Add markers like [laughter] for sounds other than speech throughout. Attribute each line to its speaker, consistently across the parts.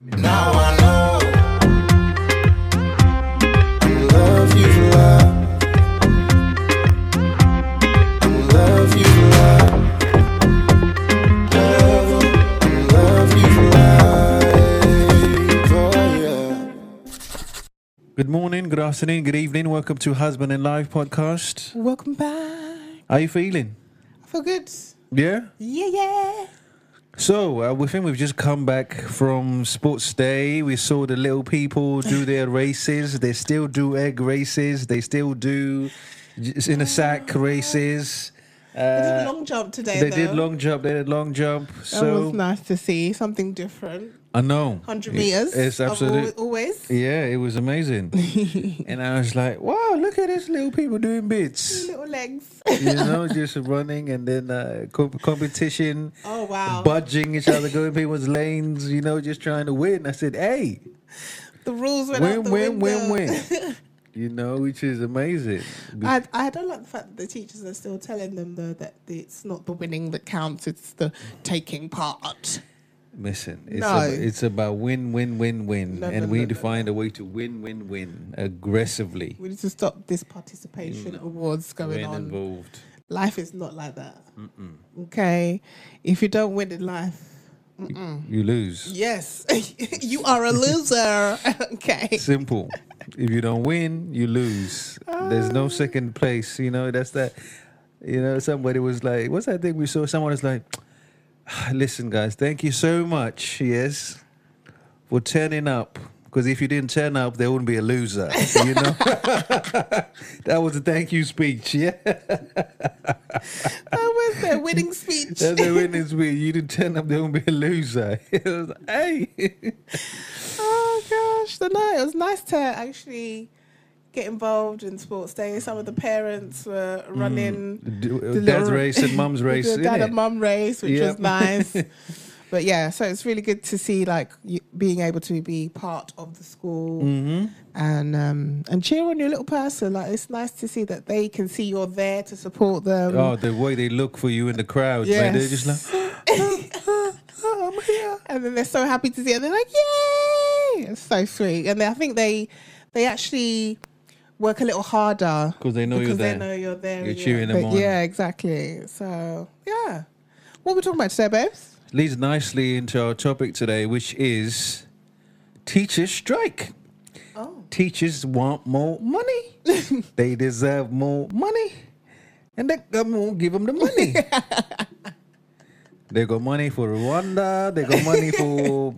Speaker 1: Now I know I'm love you for love. I'm love you for love. Love, I'm love you for life. Oh yeah.
Speaker 2: Good morning, good afternoon, good evening. Welcome to Husband and Life podcast.
Speaker 3: Welcome back.
Speaker 2: How you feeling?
Speaker 3: I feel good.
Speaker 2: Yeah.
Speaker 3: Yeah, yeah.
Speaker 2: So uh, we think we've just come back from Sports Day. We saw the little people
Speaker 3: [sighs]
Speaker 2: do their races. They still do egg races. They still do j- in
Speaker 3: [gasps]
Speaker 2: a sack races.
Speaker 3: I did
Speaker 2: Uh,
Speaker 3: a long jump today.
Speaker 2: they
Speaker 3: though.
Speaker 2: did long jump. They did long jump.
Speaker 3: That
Speaker 2: So
Speaker 3: was nice to see something different.
Speaker 2: I know.
Speaker 3: Hundred
Speaker 2: It-
Speaker 3: meters.
Speaker 2: It's
Speaker 3: of
Speaker 2: absolutely.
Speaker 3: al- always.
Speaker 2: Yeah, it
Speaker 3: [laughs]
Speaker 2: was amazing. and I was like, wow, look at these little people doing bits.
Speaker 3: Little
Speaker 2: [laughs]
Speaker 3: legs.
Speaker 2: you know, just running and then uh, co- competition,
Speaker 3: Oh wow.
Speaker 2: budging each other, going people's lanes, you know, just trying to win. I said, hey,
Speaker 3: the rules went out
Speaker 2: win,
Speaker 3: the
Speaker 2: win, win,
Speaker 3: window.
Speaker 2: win. You know, which is amazing.
Speaker 3: [laughs]
Speaker 2: Be-
Speaker 3: I, I don't like the fact that the teachers are still telling them though that it's not the winning that counts; it's the taking part.
Speaker 2: Listen, it's,
Speaker 3: No.
Speaker 2: ab- it's about win, win, win, win.
Speaker 3: No,
Speaker 2: and
Speaker 3: no,
Speaker 2: we
Speaker 3: no,
Speaker 2: need to
Speaker 3: no,
Speaker 2: find a way to win, win, win aggressively
Speaker 3: We need to stop this participation
Speaker 2: Mm.
Speaker 3: awards going
Speaker 2: when
Speaker 3: on.
Speaker 2: involved.
Speaker 3: Life is not like that. Okay, if you don't win in life, Mm.
Speaker 2: You lose.
Speaker 3: Yes, [laughs] you are a loser. [laughs] okay.
Speaker 2: Simple. if you don't win, you lose. There's no second place. You know, that's that. You know, somebody was like, what's that thing we saw? Someone was like, [sighs] listen, guys, thank you so much, yes, for turning up. Because if you didn't turn up, there wouldn't be a loser. You know? [laughs] that was a thank you speech. Yeah.
Speaker 3: That was their Uh, winning speech.
Speaker 2: That's a winning speech. You didn't turn up, there wouldn't be a loser. [laughs] It was like, hey.
Speaker 3: [laughs] oh gosh, so no, it was nice to actually get involved in sports day. Some of the parents were running the
Speaker 2: D- Dad's
Speaker 3: little-
Speaker 2: race
Speaker 3: [laughs]
Speaker 2: and mum's Hmm. race.
Speaker 3: the dad
Speaker 2: innit?
Speaker 3: and mum race, which
Speaker 2: [laughs] Yep.
Speaker 3: was nice. But yeah, so it's really good to see like you, being able to be part of the school
Speaker 2: Mm-hmm.
Speaker 3: and um, and cheer on your little person. Like it's nice to see that they can see you're there to support them.
Speaker 2: Oh, the way they look for you in the crowd, man. They're just like,
Speaker 3: I'm here. [laughs] And then they're so happy to see it. They're like, yay! It's so sweet. And I think they they actually work a little harder.
Speaker 2: 'Cause they know you're
Speaker 3: because they
Speaker 2: there.
Speaker 3: know you're there.
Speaker 2: You're
Speaker 3: yeah.
Speaker 2: cheering them
Speaker 3: But
Speaker 2: on.
Speaker 3: Yeah, exactly. So, yeah. What are we talking about today, babes?
Speaker 2: leads nicely into our topic today, which is teachers strike.
Speaker 3: Oh.
Speaker 2: Teachers want more
Speaker 3: [laughs]
Speaker 2: money. they deserve more money, and the government won't give them the
Speaker 3: [laughs]
Speaker 2: money. they got money for Rwanda. They got money for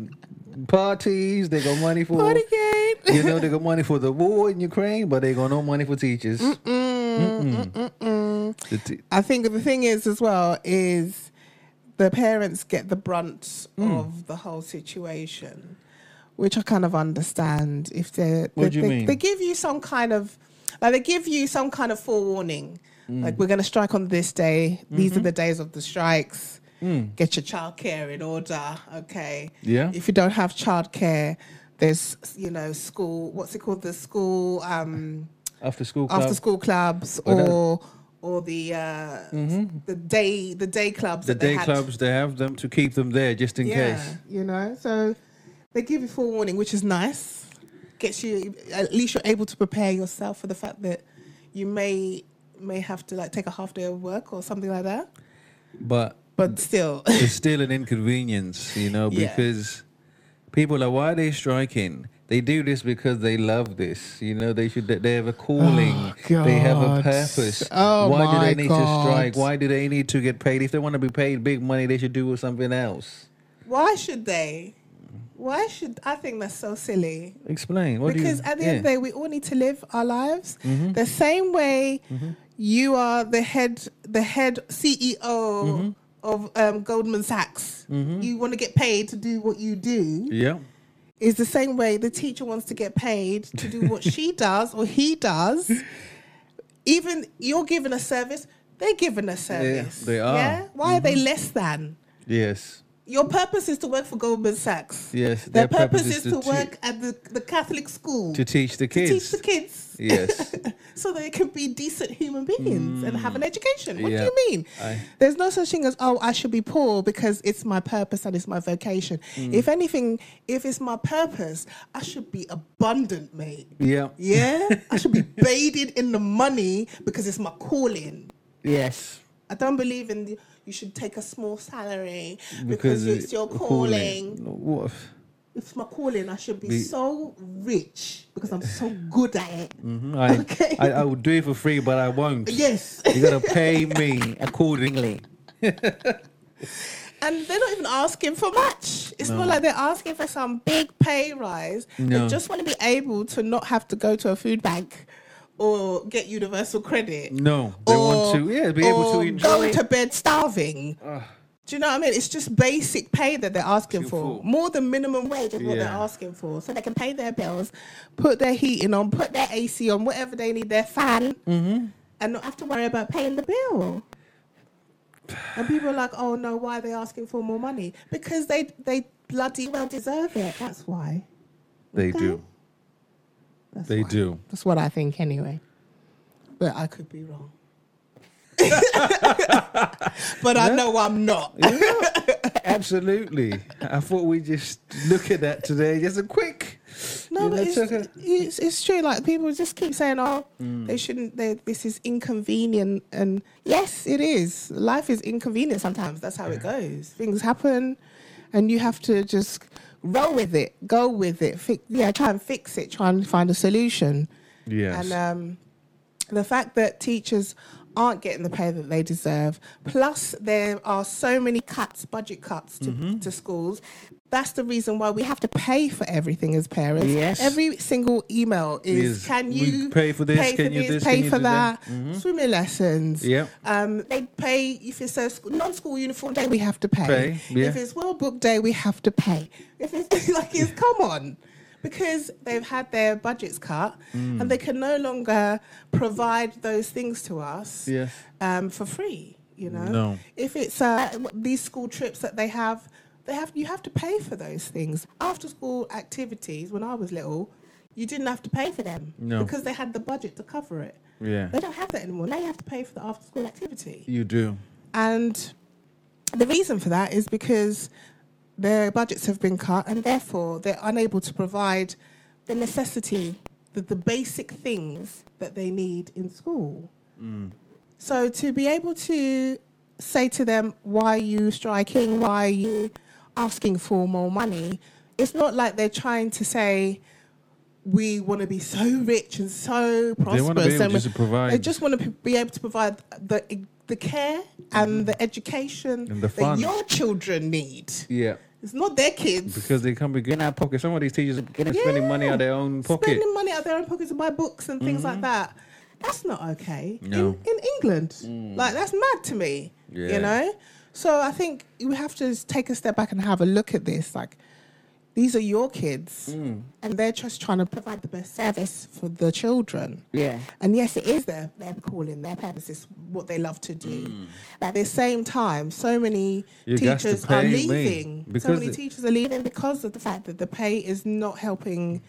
Speaker 2: parties. They got money for
Speaker 3: Party game.
Speaker 2: you know. They got money for the war in Ukraine, but they got no money for teachers. The te-
Speaker 3: I think the thing is, as well, is the parents get the brunt
Speaker 2: Hmm.
Speaker 3: of the whole situation, which I kind of understand. If they, they,
Speaker 2: What do you
Speaker 3: they,
Speaker 2: mean?
Speaker 3: they give you some kind of, like, they give you some kind of forewarning,
Speaker 2: Hmm.
Speaker 3: like we're going to strike on this day. These
Speaker 2: Mm-hmm.
Speaker 3: are the days of the strikes. Get your childcare in order, okay?
Speaker 2: Hmm. Yeah.
Speaker 3: If you don't have childcare, there's you know school. What's it called? The school. Um,
Speaker 2: after school club.
Speaker 3: after school clubs
Speaker 2: Oh, that- Mm-hmm.
Speaker 3: or or the uh, the day the day clubs
Speaker 2: the
Speaker 3: that they
Speaker 2: day
Speaker 3: had.
Speaker 2: clubs they have them to keep them there just in
Speaker 3: yeah
Speaker 2: case
Speaker 3: you know so they give you forewarning which is nice gets you at least you're able to prepare yourself for the fact that you may may have to like take a half day of work or something like that
Speaker 2: but
Speaker 3: but still [laughs]
Speaker 2: it's still an inconvenience you know
Speaker 3: Yeah.
Speaker 2: because people are why are they striking they do this because they love this you know they should they have a calling
Speaker 3: Oh,
Speaker 2: they have a
Speaker 3: God.
Speaker 2: purpose
Speaker 3: Oh,
Speaker 2: why do
Speaker 3: my
Speaker 2: they need
Speaker 3: God.
Speaker 2: to strike why do they need to get paid if they want to be paid big money they should do something else
Speaker 3: why should they why should i think that's so silly
Speaker 2: explain what
Speaker 3: because
Speaker 2: do you
Speaker 3: at the end of the
Speaker 2: yeah. Mm-hmm.
Speaker 3: day, we all need to live our lives the same way. You are the head, the head CEO
Speaker 2: Mm-hmm.
Speaker 3: of um, Goldman Sachs. You want to get paid to do what you do.
Speaker 2: yeah
Speaker 3: Is the same way the teacher wants to get paid to do what
Speaker 2: [laughs]
Speaker 3: she does or he does. Even you're given a service, they're given a service.
Speaker 2: they are. Mm-hmm.
Speaker 3: Why are they less than?
Speaker 2: yes
Speaker 3: your purpose is to work for Goldman Sachs.
Speaker 2: Yes,
Speaker 3: Their, purpose, is to, work at the, the Catholic school
Speaker 2: to teach the
Speaker 3: to
Speaker 2: kids.
Speaker 3: teach the kids.
Speaker 2: Yes.
Speaker 3: [laughs] so they can be decent human beings and have an education. What
Speaker 2: Mm. Yeah.
Speaker 3: do you mean?
Speaker 2: I-
Speaker 3: There's no such thing as, oh, I should be poor because it's my purpose and it's my vocation.
Speaker 2: Mm.
Speaker 3: If anything, if it's my purpose, I should be abundant, mate.
Speaker 2: Yeah. [laughs]
Speaker 3: Yeah? I should be bathed in the money because it's my calling.
Speaker 2: Yes.
Speaker 3: I don't believe in the, you should take a small salary because,
Speaker 2: Because
Speaker 3: it's
Speaker 2: it-
Speaker 3: your calling.
Speaker 2: What?
Speaker 3: It's my calling. I should be,
Speaker 2: Be-
Speaker 3: so rich because I'm so good at it.
Speaker 2: Mhm, I,
Speaker 3: Okay.
Speaker 2: I I would do it for free, but I won't.
Speaker 3: Yes.
Speaker 2: You gotta
Speaker 3: [laughs]
Speaker 2: pay me accordingly.
Speaker 3: And they're not even asking for much. It's not like they're asking for some big pay rise.
Speaker 2: No.
Speaker 3: They just want to be able to not have to go to a food bank or get universal credit.
Speaker 2: No, they want to. Yeah, be able to
Speaker 3: or go
Speaker 2: enjoy.
Speaker 3: to bed starving. Do you know what I mean? It's just basic pay that they're asking for.
Speaker 2: full.
Speaker 3: More than minimum wage is what they're
Speaker 2: Yeah.
Speaker 3: asking for. So they can pay their bills, put their heating on, put their AC on, whatever they need, their fan,
Speaker 2: Mm-hmm.
Speaker 3: and not have to worry about paying the bill. And people are like, oh no, why are they asking for more money? Because they, they bloody well deserve it. That's why.
Speaker 2: They do.
Speaker 3: That's
Speaker 2: They
Speaker 3: why.
Speaker 2: do.
Speaker 3: That's what I think anyway. But I could be [laughs] wrong. but I know I'm not.
Speaker 2: Absolutely. I thought we'd just look at that today, just a quick.
Speaker 3: No,
Speaker 2: you
Speaker 3: but
Speaker 2: know,
Speaker 3: it's,
Speaker 2: took a-
Speaker 3: it's, it's true. Like people just keep saying, "Oh,
Speaker 2: Mm.
Speaker 3: they shouldn't. They, this is inconvenient." And yes, it is. Life is inconvenient sometimes. That's how it goes. Things happen, and you have to just roll with it, go with it. Fi- yeah, try and fix it. Try and find a solution.
Speaker 2: Yes.
Speaker 3: And um, the fact that teachers aren't getting the pay that they deserve, plus there are so many cuts, budget cuts to,
Speaker 2: Mm-hmm.
Speaker 3: to schools. That's the reason why we have to pay for everything as parents.
Speaker 2: Yes.
Speaker 3: Every single email is
Speaker 2: Is,
Speaker 3: can
Speaker 2: we
Speaker 3: you
Speaker 2: pay for this? Can you this?
Speaker 3: pay
Speaker 2: Can you
Speaker 3: for
Speaker 2: do
Speaker 3: that?
Speaker 2: that? Mm-hmm.
Speaker 3: Swimming lessons.
Speaker 2: Yep.
Speaker 3: Um, they pay if it's a school, non-school uniform day, we have to pay.
Speaker 2: Pay, yeah.
Speaker 3: If it's World Book Day, we have to pay. If it's [laughs] like, it's, come on, because they've had their budgets cut
Speaker 2: Mm.
Speaker 3: and they can no longer provide those things to us
Speaker 2: Yes.
Speaker 3: um, for free. You know,
Speaker 2: No.
Speaker 3: if it's uh, these school trips that they have, they have you have to pay for those things. After school activities, when I was little, you didn't have to pay for them
Speaker 2: No.
Speaker 3: because they had the budget to cover it.
Speaker 2: Yeah.
Speaker 3: They don't have that anymore. Now you have to pay for the after school activity.
Speaker 2: You do.
Speaker 3: And the reason for that is because their budgets have been cut and therefore they're unable to provide the necessity, the, the basic things that they need in school.
Speaker 2: Mm.
Speaker 3: So to be able to say to them, why are you striking? Why are you asking for more money? It's not like they're trying to say, we want to be so rich and so prosperous.
Speaker 2: wanna be able
Speaker 3: and we-
Speaker 2: just to provide-
Speaker 3: They just want to be able to provide the, the care and the education
Speaker 2: And the
Speaker 3: that
Speaker 2: funds.
Speaker 3: your children need.
Speaker 2: Yeah.
Speaker 3: It's not their kids.
Speaker 2: Because they can't be getting out of pocket. Some of these teachers are getting spending money out of their own pocket. Mm-hmm.
Speaker 3: Spending money out of their own pockets to buy books and things like that. That's not okay.
Speaker 2: No. Mm.
Speaker 3: In, in England. Like, that's mad to me.
Speaker 2: Yeah.
Speaker 3: You know? So I think we have to just take a step back and have a look at this. Like, these are your kids,
Speaker 2: Mm.
Speaker 3: and they're just trying to provide the best service for the children.
Speaker 4: Yeah.
Speaker 3: And yes, it is their, their calling, their purpose, is what they love to do. But at the same time, so many
Speaker 2: Mm. You got to
Speaker 3: teachers are
Speaker 2: pay me.
Speaker 3: leaving. so
Speaker 2: Because
Speaker 3: many
Speaker 2: the-
Speaker 3: teachers are leaving because of the fact that the pay is not helping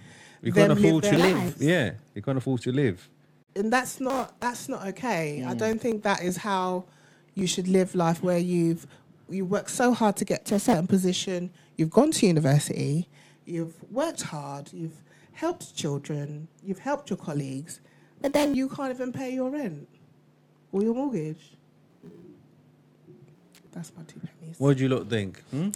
Speaker 2: You
Speaker 3: them
Speaker 2: can't
Speaker 3: live
Speaker 2: afford
Speaker 3: their
Speaker 2: to live.
Speaker 3: lives.
Speaker 2: Yeah. You can't afford to live.
Speaker 3: And that's not that's not okay. I don't think that is how you should live life where you've you work so hard to get to a certain position, you've gone to university, you've worked hard, you've helped children, you've helped your colleagues, but then you can't even pay your rent or your mortgage. That's my two pennies.
Speaker 2: What do you lot think? hmm?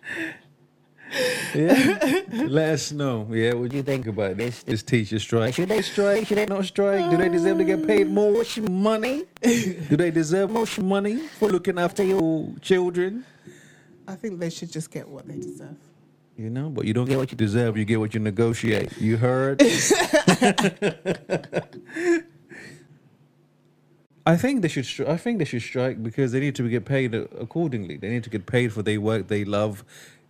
Speaker 2: [laughs] yeah? Let us know. Yeah, what do you think about this this teacher strike? Should they strike? Should they not strike? Do they deserve to get paid more sh- money? do they deserve more sh- money for looking after your children?
Speaker 3: I think they should just get what they deserve.
Speaker 2: You know, but you don't get what you deserve, you get what you negotiate. You heard? I think they should. Stri- I think they should strike because they need to get paid a- accordingly. They need to get paid for their work they love.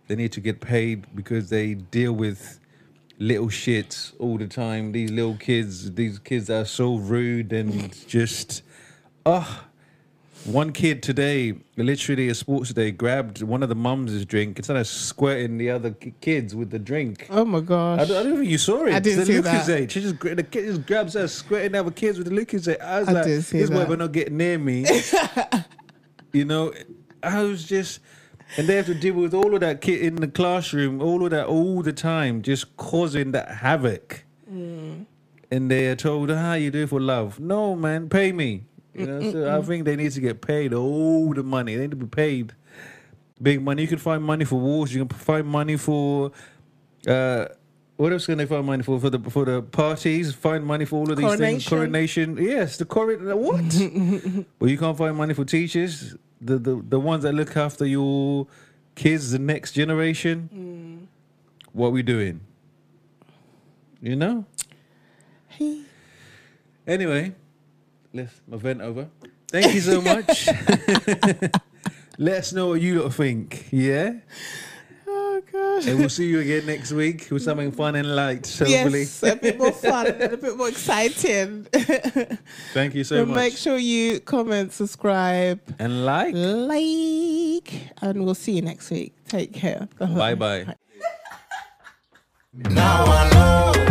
Speaker 2: They need to get paid because they deal with little shit all the time. These little kids, these kids are so rude and just, ah, One kid today, literally a sports day, grabbed one of the mums' drink and started squirting the other ki- kids with the drink.
Speaker 3: Oh my
Speaker 2: I
Speaker 3: gosh.
Speaker 2: don't, I don't think you saw it.
Speaker 3: I didn't
Speaker 2: the
Speaker 3: see
Speaker 2: Lucas
Speaker 3: that.
Speaker 2: Aid. She just gra- the kid just grabs her, squirting other kids with the Lucas aid. I was
Speaker 3: I
Speaker 2: like,
Speaker 3: didn't see
Speaker 2: this
Speaker 3: that.
Speaker 2: boy not get
Speaker 3: [laughs]
Speaker 2: near me. you know, I was just, and they have to deal with all of that kid in the classroom, all of that, all the time, just causing that havoc.
Speaker 3: Mm.
Speaker 2: And they are told, "Ah, you do it for love." No, man, pay me. You know, so I think they need to get paid all the money. They need to be paid big money. You can find money for wars. You can find money for uh, what else can they find money for? For the for the parties, find money for all of these things. Coronation, yes, the coron. What? well, you can't find money for teachers. The, the the ones that look after your kids, the next generation. What we doing? You know.
Speaker 3: Hey.
Speaker 2: Anyway, left my vent over. Thank you so much. [laughs] Let us know what you lot think. Yeah.
Speaker 3: Oh gosh.
Speaker 2: And we'll see you again next week with something fun and light, hopefully.
Speaker 3: Yes, a bit more fun and a bit more exciting.
Speaker 2: Thank you so
Speaker 3: So
Speaker 2: much.
Speaker 3: make sure you comment, subscribe,
Speaker 2: and like.
Speaker 3: like, and we'll see you next week. Take care.
Speaker 2: Bye bye.
Speaker 1: Now I know.